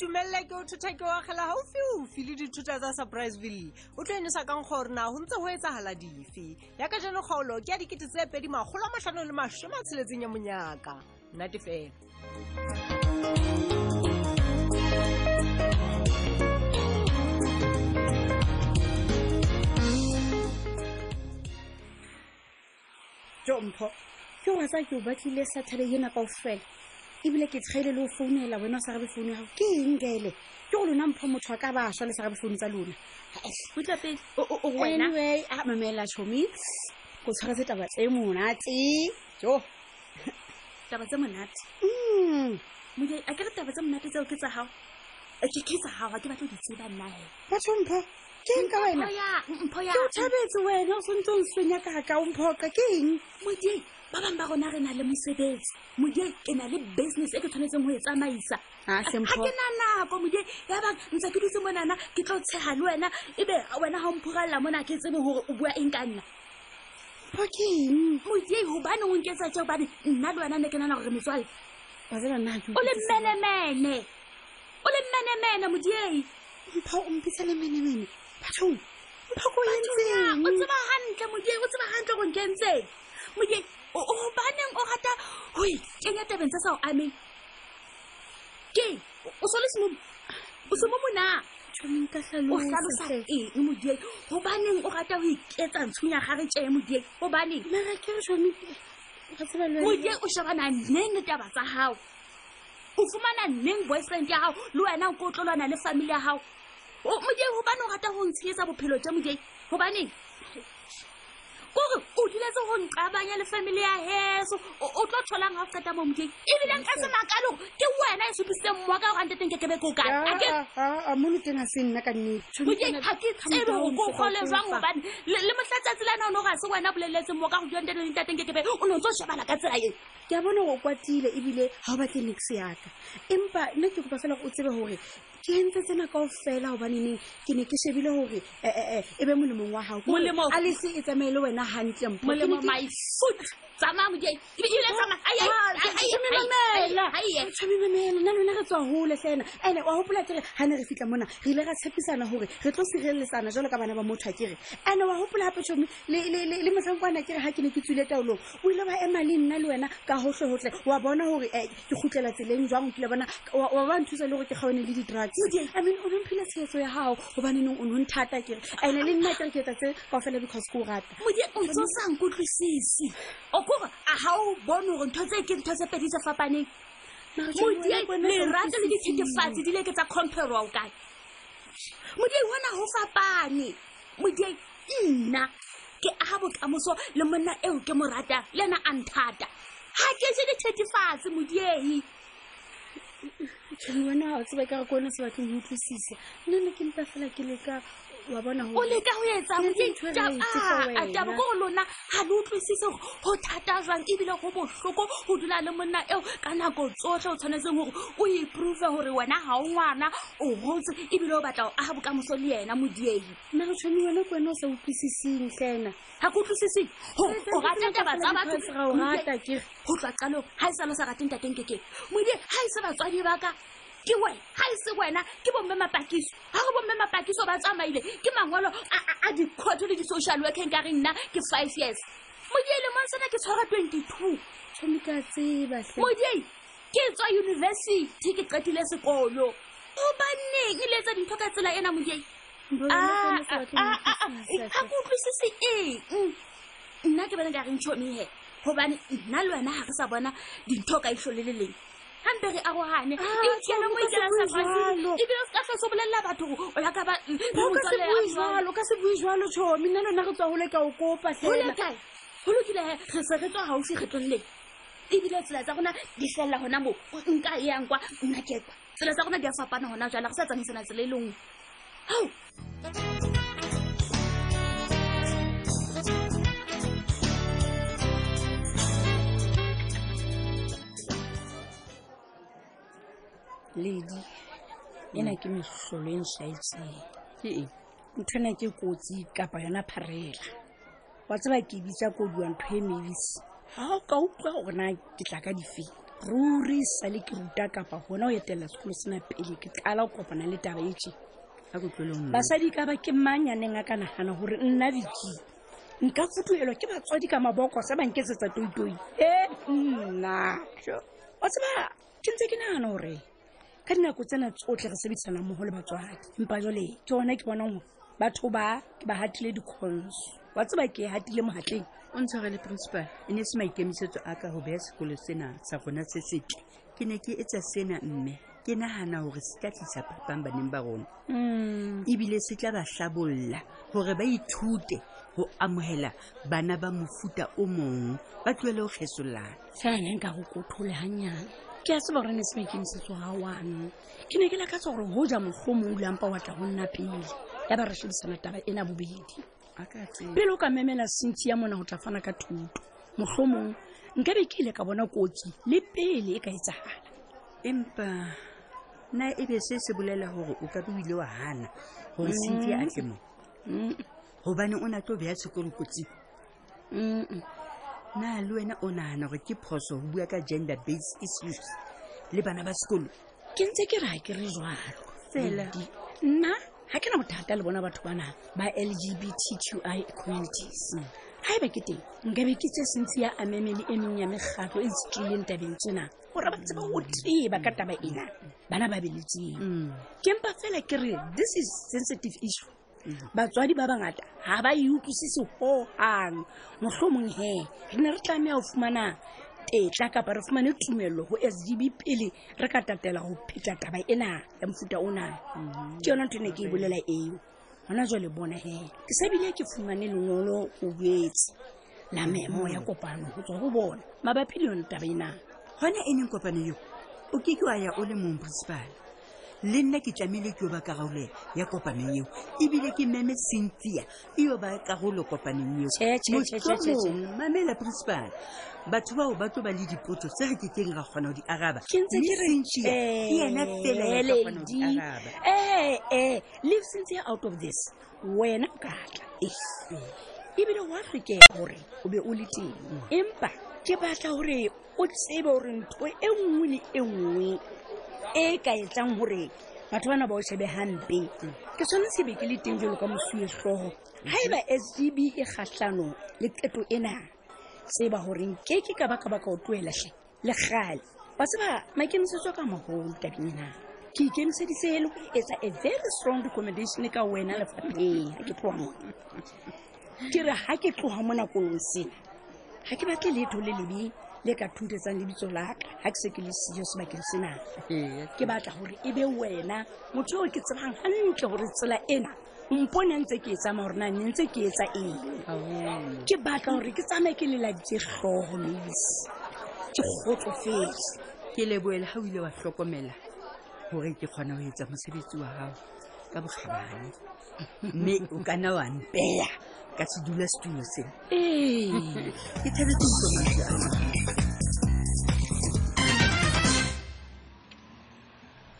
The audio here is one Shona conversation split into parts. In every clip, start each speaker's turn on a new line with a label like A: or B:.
A: o thotha ke o agela gaufiufi le dithuta tsa surpriseville o tlo enosa kang gore na go ntse go etsagala dife yaka jano kgaolo ke ya dikete tse pedi magolo a matlhano le masome a tsheletseng ya monyaka nnate fela
B: tompho ke wa tsa ke o batlile saturday ena kao fela ebile ke tshgaile le o founela wena o sa gabe founu ya gago ke eng kaele ke go lona mpho motho a ka bašwa le sa gabe founu tsa lona
C: Kutla pele. O o o wena.
B: anyway a mamela tšhomi go tshwaretse taba tse monate jo
C: Taba tse monate.
B: Mm,
C: Moja a ke re taba tse monate tseo ke tsa gago. Ke ke tsa gago ha ke batla go di tseba nna he.
B: ba tlhompho ke eng ka wena
C: Mpho ya mpho ya.
B: ke o thabetse wena o santse o nswenya kaka o mphoka ke eng
C: Moja ba bang ba rona re na le mosebetsi. Moja ke na le business e ke tshwanetseng go e tsamaisa.
B: a
C: Ha ke na nako moje ya ba ntse ke dutse monana ke tlo tshega le wena ebe wena ga o mphorelela mona ha ke tsebe gore o bua eng ka nna
B: mpho ke eng
C: mojei gobane o nketsa tse gobane nna le wena ne ke nana gore metswale
B: wa tseba nna ha ke
C: o le
B: utlwisisi.
C: menemene o le menemene mojei
B: mpho o mpitsa le menemene bathong mpho ko o
C: o
B: entseng
C: tseba gantle mojei o tseba gantle go nkentseng mojei gobaneng o rata go ikenya tabeng tse sa o ameng ke o so le semo- o semo monang
B: tshwaneng ka
C: o tlhalosa
B: tlhalosa
C: eng modieng gobaneng o rata go iketsa ntshunya gare tee modieng gobaneng
B: mara ke re tshwane ga tseba le wena-
C: modieng o shebana neng le taba tsa gago o fumana neng boyfriend ya gago le wena o ko o tlolwana le family ya gago modieng gobane o rata go ntsheetsa bophelo jwa modieng gobaneng kore o diletse go nqabanya le family ya heso o o tlo tholang ga o qeta mo modieng ebile nka se makale gore ke wena e supisitseng mmoa ka gore anteteng ke kebe ko kae
B: Ah,
C: Ake-
B: ah, ah, ah, mono teng a se nna ka nnete
C: moje ga ke tsebe go ko gole
B: ba
C: jang gobane le le mohlatsatsi la none ga se wena boleletseng mo ka go jonte le ntateng ke kebe o ne o ntse o shebana ka tsela eng
B: ke a bona go kwatile ebile ga o batle nix yaka empa nna ke kopa fela gore o tsebe gore ke entse tsena kao fela gobaneneng ke ne ke shebile gore eh, eh, eh, e be molemong wa gago
C: Molemo-
B: a lese e tsamaye le wena gantle mpho Ke ne ke-
C: molemo my foot tsamaya moje ile tsamaya
B: tshwamememela nna lona re tswa gole fena ande wa gopola kere ga ne re fitlha mona re ile ra tshepisana gore re tlo sireletsana jalo ka bana ba motho a kere ande wa gopola gape tšhomi le- le le- le motlhankwana kere ga ke ne ke tswile taolong o ile wa ema le nna le wena ka gotlhegotlhe wa bona gore um ke kgutlela tseleng jwang o kile bona wa wa ba nthusa le gore ke kgaone le di-drugs i mean o nomphile tshegetso ya gago gobaneneng o nonthata kere ande le nna kere ke etsa tse kao fela because ke o rata
C: moje o ntse o sa nkutlwisise o kore a ga o bone gore ntho tse ke ntho tse pedi tse fapaneng
B: Mara tjhong,
C: modie
B: wena bona ha o
C: lerato le
B: utlwisisi.
C: dithetefatsi di leke tsa compare o kae modie hona ho fapane modie nna ke aha bokamoso le monna eo ke mo ratang le ena a nthata ha ke je dithetefatsi modiei
B: Tjhong, wena ga o tseba kare ko one se batleng ho utlwisisa nna ne ke mpa fela ke leka wa bona
C: o
B: hore-
C: leka ho etsa
B: Mm. Ke
C: Modie,
B: ntho e
C: tab-
B: right for
C: ah, ah,
B: wena.
C: taba ko go lona ga le utlwisise hore ho thata jwang ebile go bohloko ho dula le monna eo ka nako tsohle o tshwanetseng hore o iprove hore wena ha o ngwana o gotse ebile o batla ho aha bokamoso le yena modiei
B: nna re tshwane wena ke wena o sa utlwisising tlena
C: ga ke utlwisiseng o rata taba tsa
B: ra o rata
C: batho
B: kere
C: go tloa qalong ga e sale o sa rateng tateng kekeng modie ga e se batswadi baka ke wena ga e se wena ke bomme mapakiso ga re bomme mapakiso ba tsamaile ke mangwelo a- a- a dikgotho le di-social workeng ka re nna ke five years modie lemong sena ke tshwara twenty-two
B: tshwane ka tseba hle
C: modie ke tswa university ke qetile sekolo gobaneng e letsa dintho ka tsela ena modie
B: Bo wena ke
C: Ah,
B: wena o sa batleng ho utlwisisa
C: ga
B: hle.
C: ke utlwisise eng nna ke bona ka reng tšhone he gobane nna le wena ga re sa bona dintho ka itlho le le leng gampe re arogane
B: Ah,
C: ikele mo
B: Tjhong, o ka se
C: ikelang
B: bue
C: sa brazil
B: jwalo.
C: ebile o se ka tlhose o bolelela batho gore o yaka ba mm, le
B: Bo o ka se
C: motswalle ya
B: bue
C: jwang.
B: jalo o ka se bue jalo tšhomi nna lona re tswa gole ka o kopa
C: Ho le
B: tlena
C: kae go lokile he re se re tswa gaufi kgetlong leng ebile tsela tsa rona di felela gona mo o- nka e yang kwa nna ke kwa tsela tsa rona di a fapana gona jala re sa tsamaisana tsela e le nngwe ao
D: ledi ena ke mehlolo e nšhaetseng ke eng nthona ke kotsi kapa yona pharela wa tseba ke bitsa koduwa ntho e mebisi ga o ka utlwa gorena ke tla ka difeng
B: ruri sale ke ruta kapa gona o etelela sekolo sena pele ke tlala o kopana le taba e etse
E: a ko tlwele nna
B: basadi ka ba ke manyaneng a ka nagana gore nna biki nka fotuelwa ke batswadi ka maboko se bankesetsa toitoi e nna Sho. o tseba ke ntse ke nagana gore ka dinako tsena tsotlhe re sebedisana mmogo le batswadi empa jale ke gona ke bonang gore batho ba ke ba hatile diconso wa tseba ke e hatile mogatleng
E: o ntshware le principal e ne se maikemisetso a ka go beya sekolo sena sa rona se setle ke ne ke etsa sena mme ke nagana gore se tla tlisa phapang baneng ba rona ebile se tla ba hlabolla gore ba ithute go amohela bana ba mofuta o mongwe ba tlohele go kgesolana
B: fela ne nka go kothole gannyane ke a seba gore ne se maikemisetso ga wano ke ne ke lakatsa gore go ja motlho mo ulampa wa tla go nna pele ya ba re shebisana taba ena bobedi
E: a ka tseba
B: pele o ka memela sentsi ya mona go tla fana ka thuto motlhomong nka be ke ile ka bona kotsi le pele e ka etsagala
E: empa na ebe se se bolela gore o ka be o ile wa hana gore sentle a tle mo
B: Mm,
E: gobane o na tlo beya sekolo kotsing
B: mm,
E: na le wena o nagana gore ke phoso go bua ka gender based issues le bana ba sekolo
B: ke ntse ke re ga ke re jalo
E: Fela.
B: Lady, nna ga ke na bothata le bona batho bana ba lgbtqi communities ga e ba ke teng nkabe ke tse sentse ya amemele e meng ya megatlo e tswileng tabeng tsena gore ba tseba go teba ka taba ena bana ba beletseng
E: Mm.
B: ke mpa fela ke re this is sensitive issue batswadi ba bangata ga ba e utlwisise gogang motlhomong he re ne re tlameya go fumana tetla kapa re fumane tumello ho sdb pele re ka tatela go pheta taba ena ya mofuta ona
E: Mm-hmm.
B: ke yona ntho e ne ke e bolela eo gona jwa le bona he ke sabile ke fumane lengolo o boetse la meemo ya kopano go tswa go bona mabapi le yone taba ena
E: gona e neng kopano eo o keke wa ya o le mong principal le nna ke tlamehile ke yo ba karolo ya kopano eo ebile ke meme cynthia e yo ba karolo kopanong eo
B: Tjhe, tjhe, tjhe, tjhe, tjhe, tjhe.
E: Mohlomong, mamela principal batho bao ba tlo ba le dipotso tse re kekeng ra kgona go di araba
B: ke ntse ke re eh,
E: Cynthia, ke yena fela ya tla kgona ho di araba
B: ee Eh, leave sentse out of this wena o ka tla ebile wa tlhokega gore o be o le teng empa ke batla gore o tsebe gore ntho e nngwe le e nngwe e ka etsang gore batho bana ba o shebe hampe ke tshwanetse be ke le teng jalo ka mosuetlhogo ga e ba sdb e kgatlhano le qeto ena tseba gore nke ke ka baka baka o tloelatlhe le gale wa tseba maikemisetso ka magolo tabina ke ikemiseditse le e go etsa a very strong recommendation ka wena lefapheng ga ke tloga mona ke re ga ke tloga mo nakong sena ga ke batle letho le lebe le ka thuntsetsang lebitso laka ga ke se ke le siyo sebakeng sena ke batla gore e be wena motho o ke tsebang gantle gore tsela ena mpone a ntse ke e tsamaya gore na ne ntse ke etsa eng ke batla gore ke tsamaye ke leladitse tlhogo mese ke kgotsofetse
E: ke leboele ga o ile wa tlhokomela gore ke kgona go etsa mosebetsi wa gago ka bokgabane mme o kana wa mpeya ka sedula setulo sena
B: ee
E: ke thabetse utlwa mantswe a lona.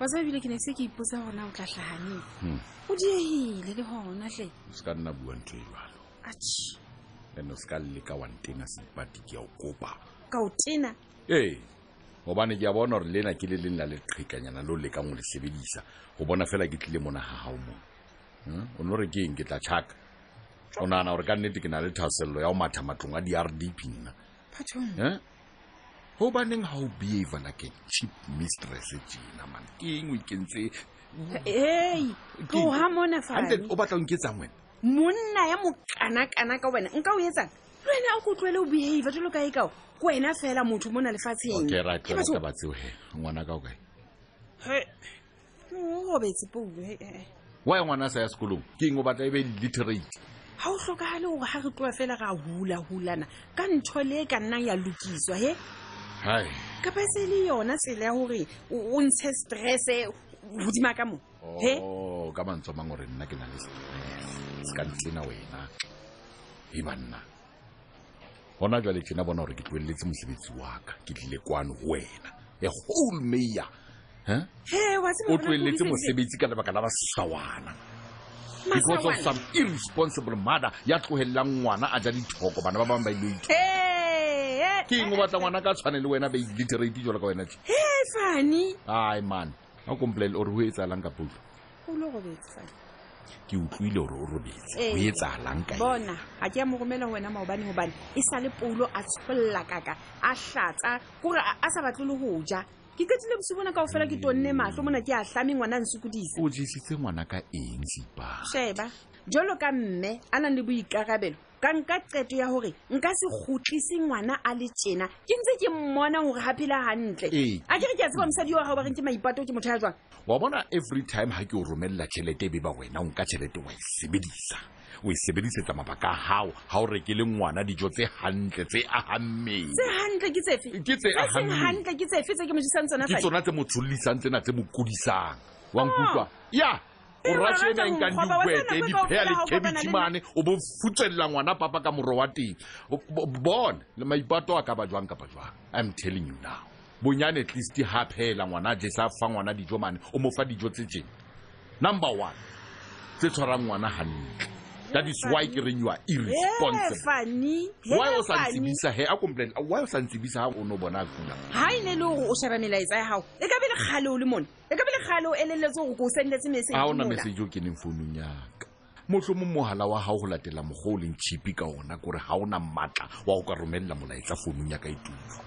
F: wa tsaba ebile ke ne se ke ipotsa gona o tla tlhaganeng o diegile le gona tle
G: o se ka nna Hmm. bua ntho e jalo
F: atšhe
G: and o se ka leka wantena sepati ke a o kopa
F: ka o tena
G: ee gobane ke a bona gore lena ke le leng la leqhekanyana le o lekang go le sebedisa go bona fela ke tlile mona Hmm? ga gago mo o ne gore ke eng ke tla tšhaka o nagana gore ka nnete ke na le thaselelo ya go matha matlong a di-r d p nna
F: patong
G: Eh? ho baneng ha o behaviour like a cheap mistress e tjena man ke e eng o ikentse
F: ei tloga mona
G: Hantle,
F: fane
G: o batla o nketsang wena
F: monna ya mokana-kana ka wena nka o etsang le wena o ko tloele o behavior jalo kae kao e ke wena fela motho mo na lefatsheng
G: okay right
F: Ke
G: wena
F: batho-
G: taba tseo he ngwana ka o kae
F: o robetse poule
G: wa ngwana a sa ya sekolong ke eng o batla e be literate
F: ga o tlhokagale gore ga re tloa fela ga hula-hulana ka ntho le e ka nnang ya lokiswa he
G: hai
F: kapa se le yona tsela ya gore o o ntshe stresse godima ka mo he
G: oh ka mantswe a mang gore nna ke na le stress se ka ntlena wena e banna gona jwale tjena bona gore ke tloeletse mosebetsi wa ka ke tlile kwano ho wena a whole mayor Huh?
F: he wa tseba
G: o
F: hore na ke
G: tloeletse
F: utlwisise-
G: mosebetsi ka lebaka la basawana because of
F: Masawana.
G: some irresponsible mother ya tlohelelang ngwana a ja dithoko bana ba bangwe ba ile
F: Hey, hey,
G: ke eng o batla ngwana ka tshwane le wena ba illiterate jalo ka wena tse
F: e fane
G: ai man ga o compolaele ore ho e tsalang ka pulo
F: o le robetse
G: ke utlwile ore o robetse o e tsalang ka eng?
F: bona ga ke ya mo romela ho wena maobane gobane e sa le poulo a tsholola kaka a tlatsa kore a a sa batle le go ja ke ketile bose bona kao fela ke tonne matlho mona ke a tlame ngwana a nsokodisa
G: o jesitse ngwana ka eng sepa
F: sheba jalo ka mme a nang le boikarabelo ka nka qeto ya gore nka se gotlise ngwana a le tjena ke ntse ke mmona gore ga phela gantle
G: Ee.
F: a kere ke a tseba mosadi wa gago ba reng ke maipato ke motho ya jwang
G: wa bona every time ha ke o romella tjhelete e be ba wena o nka tjhelete wa e sebedisa o e sebedisetsa mabaka a hao ha o rekele ngwana dijo tse hantle tse ahammeng
F: tse gantle ke tsefe
G: Ke tse
F: seng
G: ahammeng.
F: gantle ke tsefe tse ke mo jisang tsona
G: ke
F: fadi
G: tsona tse mo tshollisang tsena tse mo kodisang
F: Ah.
G: wa nkutlwa ya o
F: Ee,
G: ratjhe ena
F: Raja
G: e nkang
F: Monkgoba, wa tseba
G: dikwete
F: nako e ka o
G: diphea le
F: phela ha o kopana le
G: cabbage mane o bo futswella ngwana papa ka moro wa teng O- bo- bona le maipato a ka ba jwang kapa jwang i'm telling you now bonyane at least ha phela ngwana a jesa fa ngwana dijo mane o mo fa dijo tse tjena number one tse tshwarang ngwana hantle that is why ke reng you are irresponsible
F: fane
G: why o sa ntsebisa he a complain why o sa ntsebisa ha o no bona a kula
F: ha e ne le gore o sheba melaetsa ya gago e ka be le kgale o le mone e ka be le kgale o eleletse gore ko o sendetse
G: ha ona
F: message
G: message o keneng founung yaka mohlomong mohala wa hao ho latela mokgwa o leng chipi ka ona kore ha ona matla wa ho ka romella molaetsa founung ya ka e etulo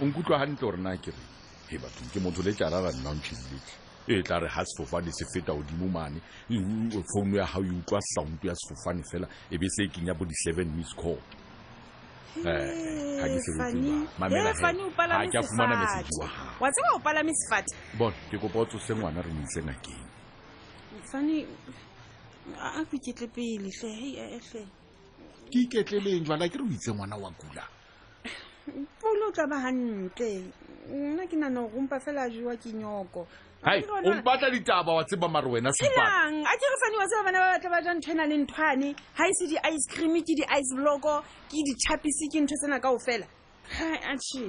G: o nkutlwa hantle hore na ke reng he bathong ke motho le tjarara nna o ntšhediletse e tla re ha sefofane se feta godimo mane mm, founu ya hao e utlwa sound ya sefofane fela e be se e kenya bo di-seven miss call Eh, ha
F: ee,
G: ke sebetse jwang.
F: Eh,
G: Mamela hee, ha ke a fumana message wa hao
F: wa tseba o palame sefate
G: bona ke kopa o tsose ngwana re mo ise ngakeng
F: fane a ko iketle pele hle hei e, hle
G: ke iketleleng jwala ke re o itse ngwana wa kula
F: pole o tla ba gantle nna ke nana gore ompa fela a jewa ke nyoko A
G: hai
F: ke re
G: o
F: ona-
G: mpatla ditaba wa tseba mare wena sepata
F: Helang, a ke re fane wa tseba bana ba batla ba ja ntho e nang le nthwane ga e se di-ice cream ke di-ice bloko ke di-chapisi ke ntho tsena kao fela atšhe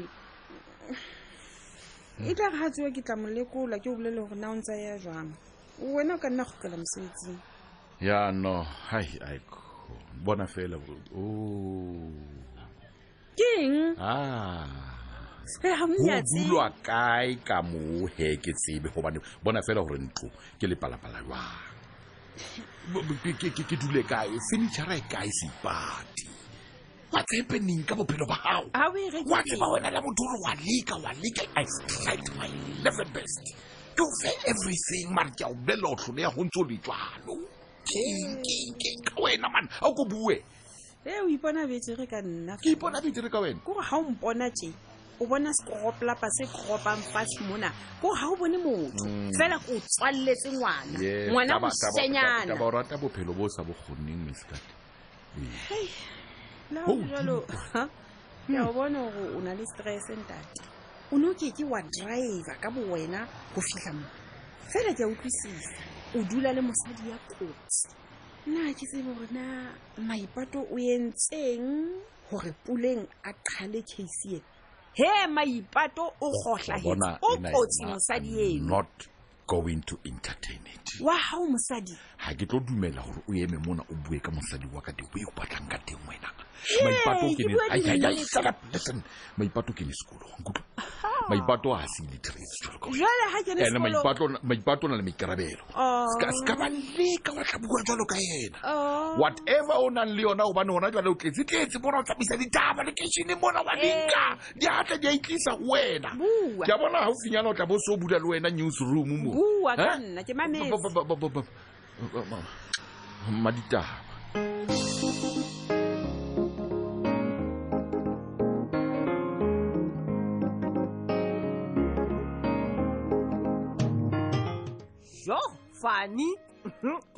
F: e tla re ga tsewa ke tla molekola ke o bolele gore na o ntse ya jang wena o ka nna gokela mosebetsing
G: ya no hai aiko bona fela o- o
F: ke eng
G: ah
F: e ga
G: ho
F: monyatse
G: bulwa kae ka moo he ke tsebe gobane bona fela gore ntlo ke lepalapala jwang Bo- bo- ke- ke- ke ke dule kae fenitšhara e kae seipati wa tshepeneng ka bophelo ba gago
F: ga o e
G: wa tseba
F: rekile
G: wena le motho ore wa leka wa leka i tried my level best ke o fe everything mare ke a o bolelela o tlhole ya go ntse o le jalo Keng, keng, keng ka wena man a o ko bue
F: e o ipona betere ka nna
G: ke ipona betere ka wena
F: kore ga o mpona tje o bona sekoroplapa se koropang fatshe mona kore ga o bone motho
G: Mm,
F: fela ko o tswaletse ngwana ngwana mosenyana
G: o rata bophelo bo o sa bokgonneng meskate
F: le ha ho jwalo ke a o bona gore o na le stress ntate o ne o keke wa driver ka bowena go fitlha mo fela ke a utlwisisa o dula le mosadi ya kotsi nna ha ke tsebe gore na maipato o entseng gore puleng a qhale case ena he maipato o gotlhagetse o
G: e
F: kotsi mosadi eno
G: not going to entertain it
F: wa gao mosadi
G: ga ke tlo dumela gore o eme mona o bue ka mosadi wa ka teng o e o batlang ka teng wena maipato ke
F: ke
G: ne-
F: bua
G: Ai, ai, ai,
F: dinnete.
G: shut up, listen. maipato ke ne sekolong nkutlwa maipato a se illiterate jwalo ka wena.
F: jale ga ke ne
G: ene
F: sekolo
G: maipato ona- maipato o na le maikarabelo
F: Oh.
G: Ska- ska ba leka wa tla bua jwalo ka ena
F: Oh.
G: whatever o nang le yona gobane gona jale o tletse tletse bona o tsamaisa ditaba lekešhene mona wa dinka di atla di a itlisa ho wena
F: Bua.
G: ke a bona gaufinyana o tla bo o se o bula le wena news room mo
F: bua ka
G: Eh?
F: nna ke
G: Ba-
F: mametse
G: ba- ba- ba- ba- ba- ba- ba- maditaba
A: jo fane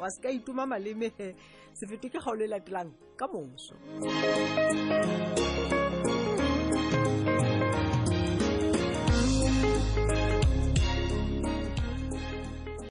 A: wa se ka itoma maleme he sefeto ke kgaolo e latelang ka moso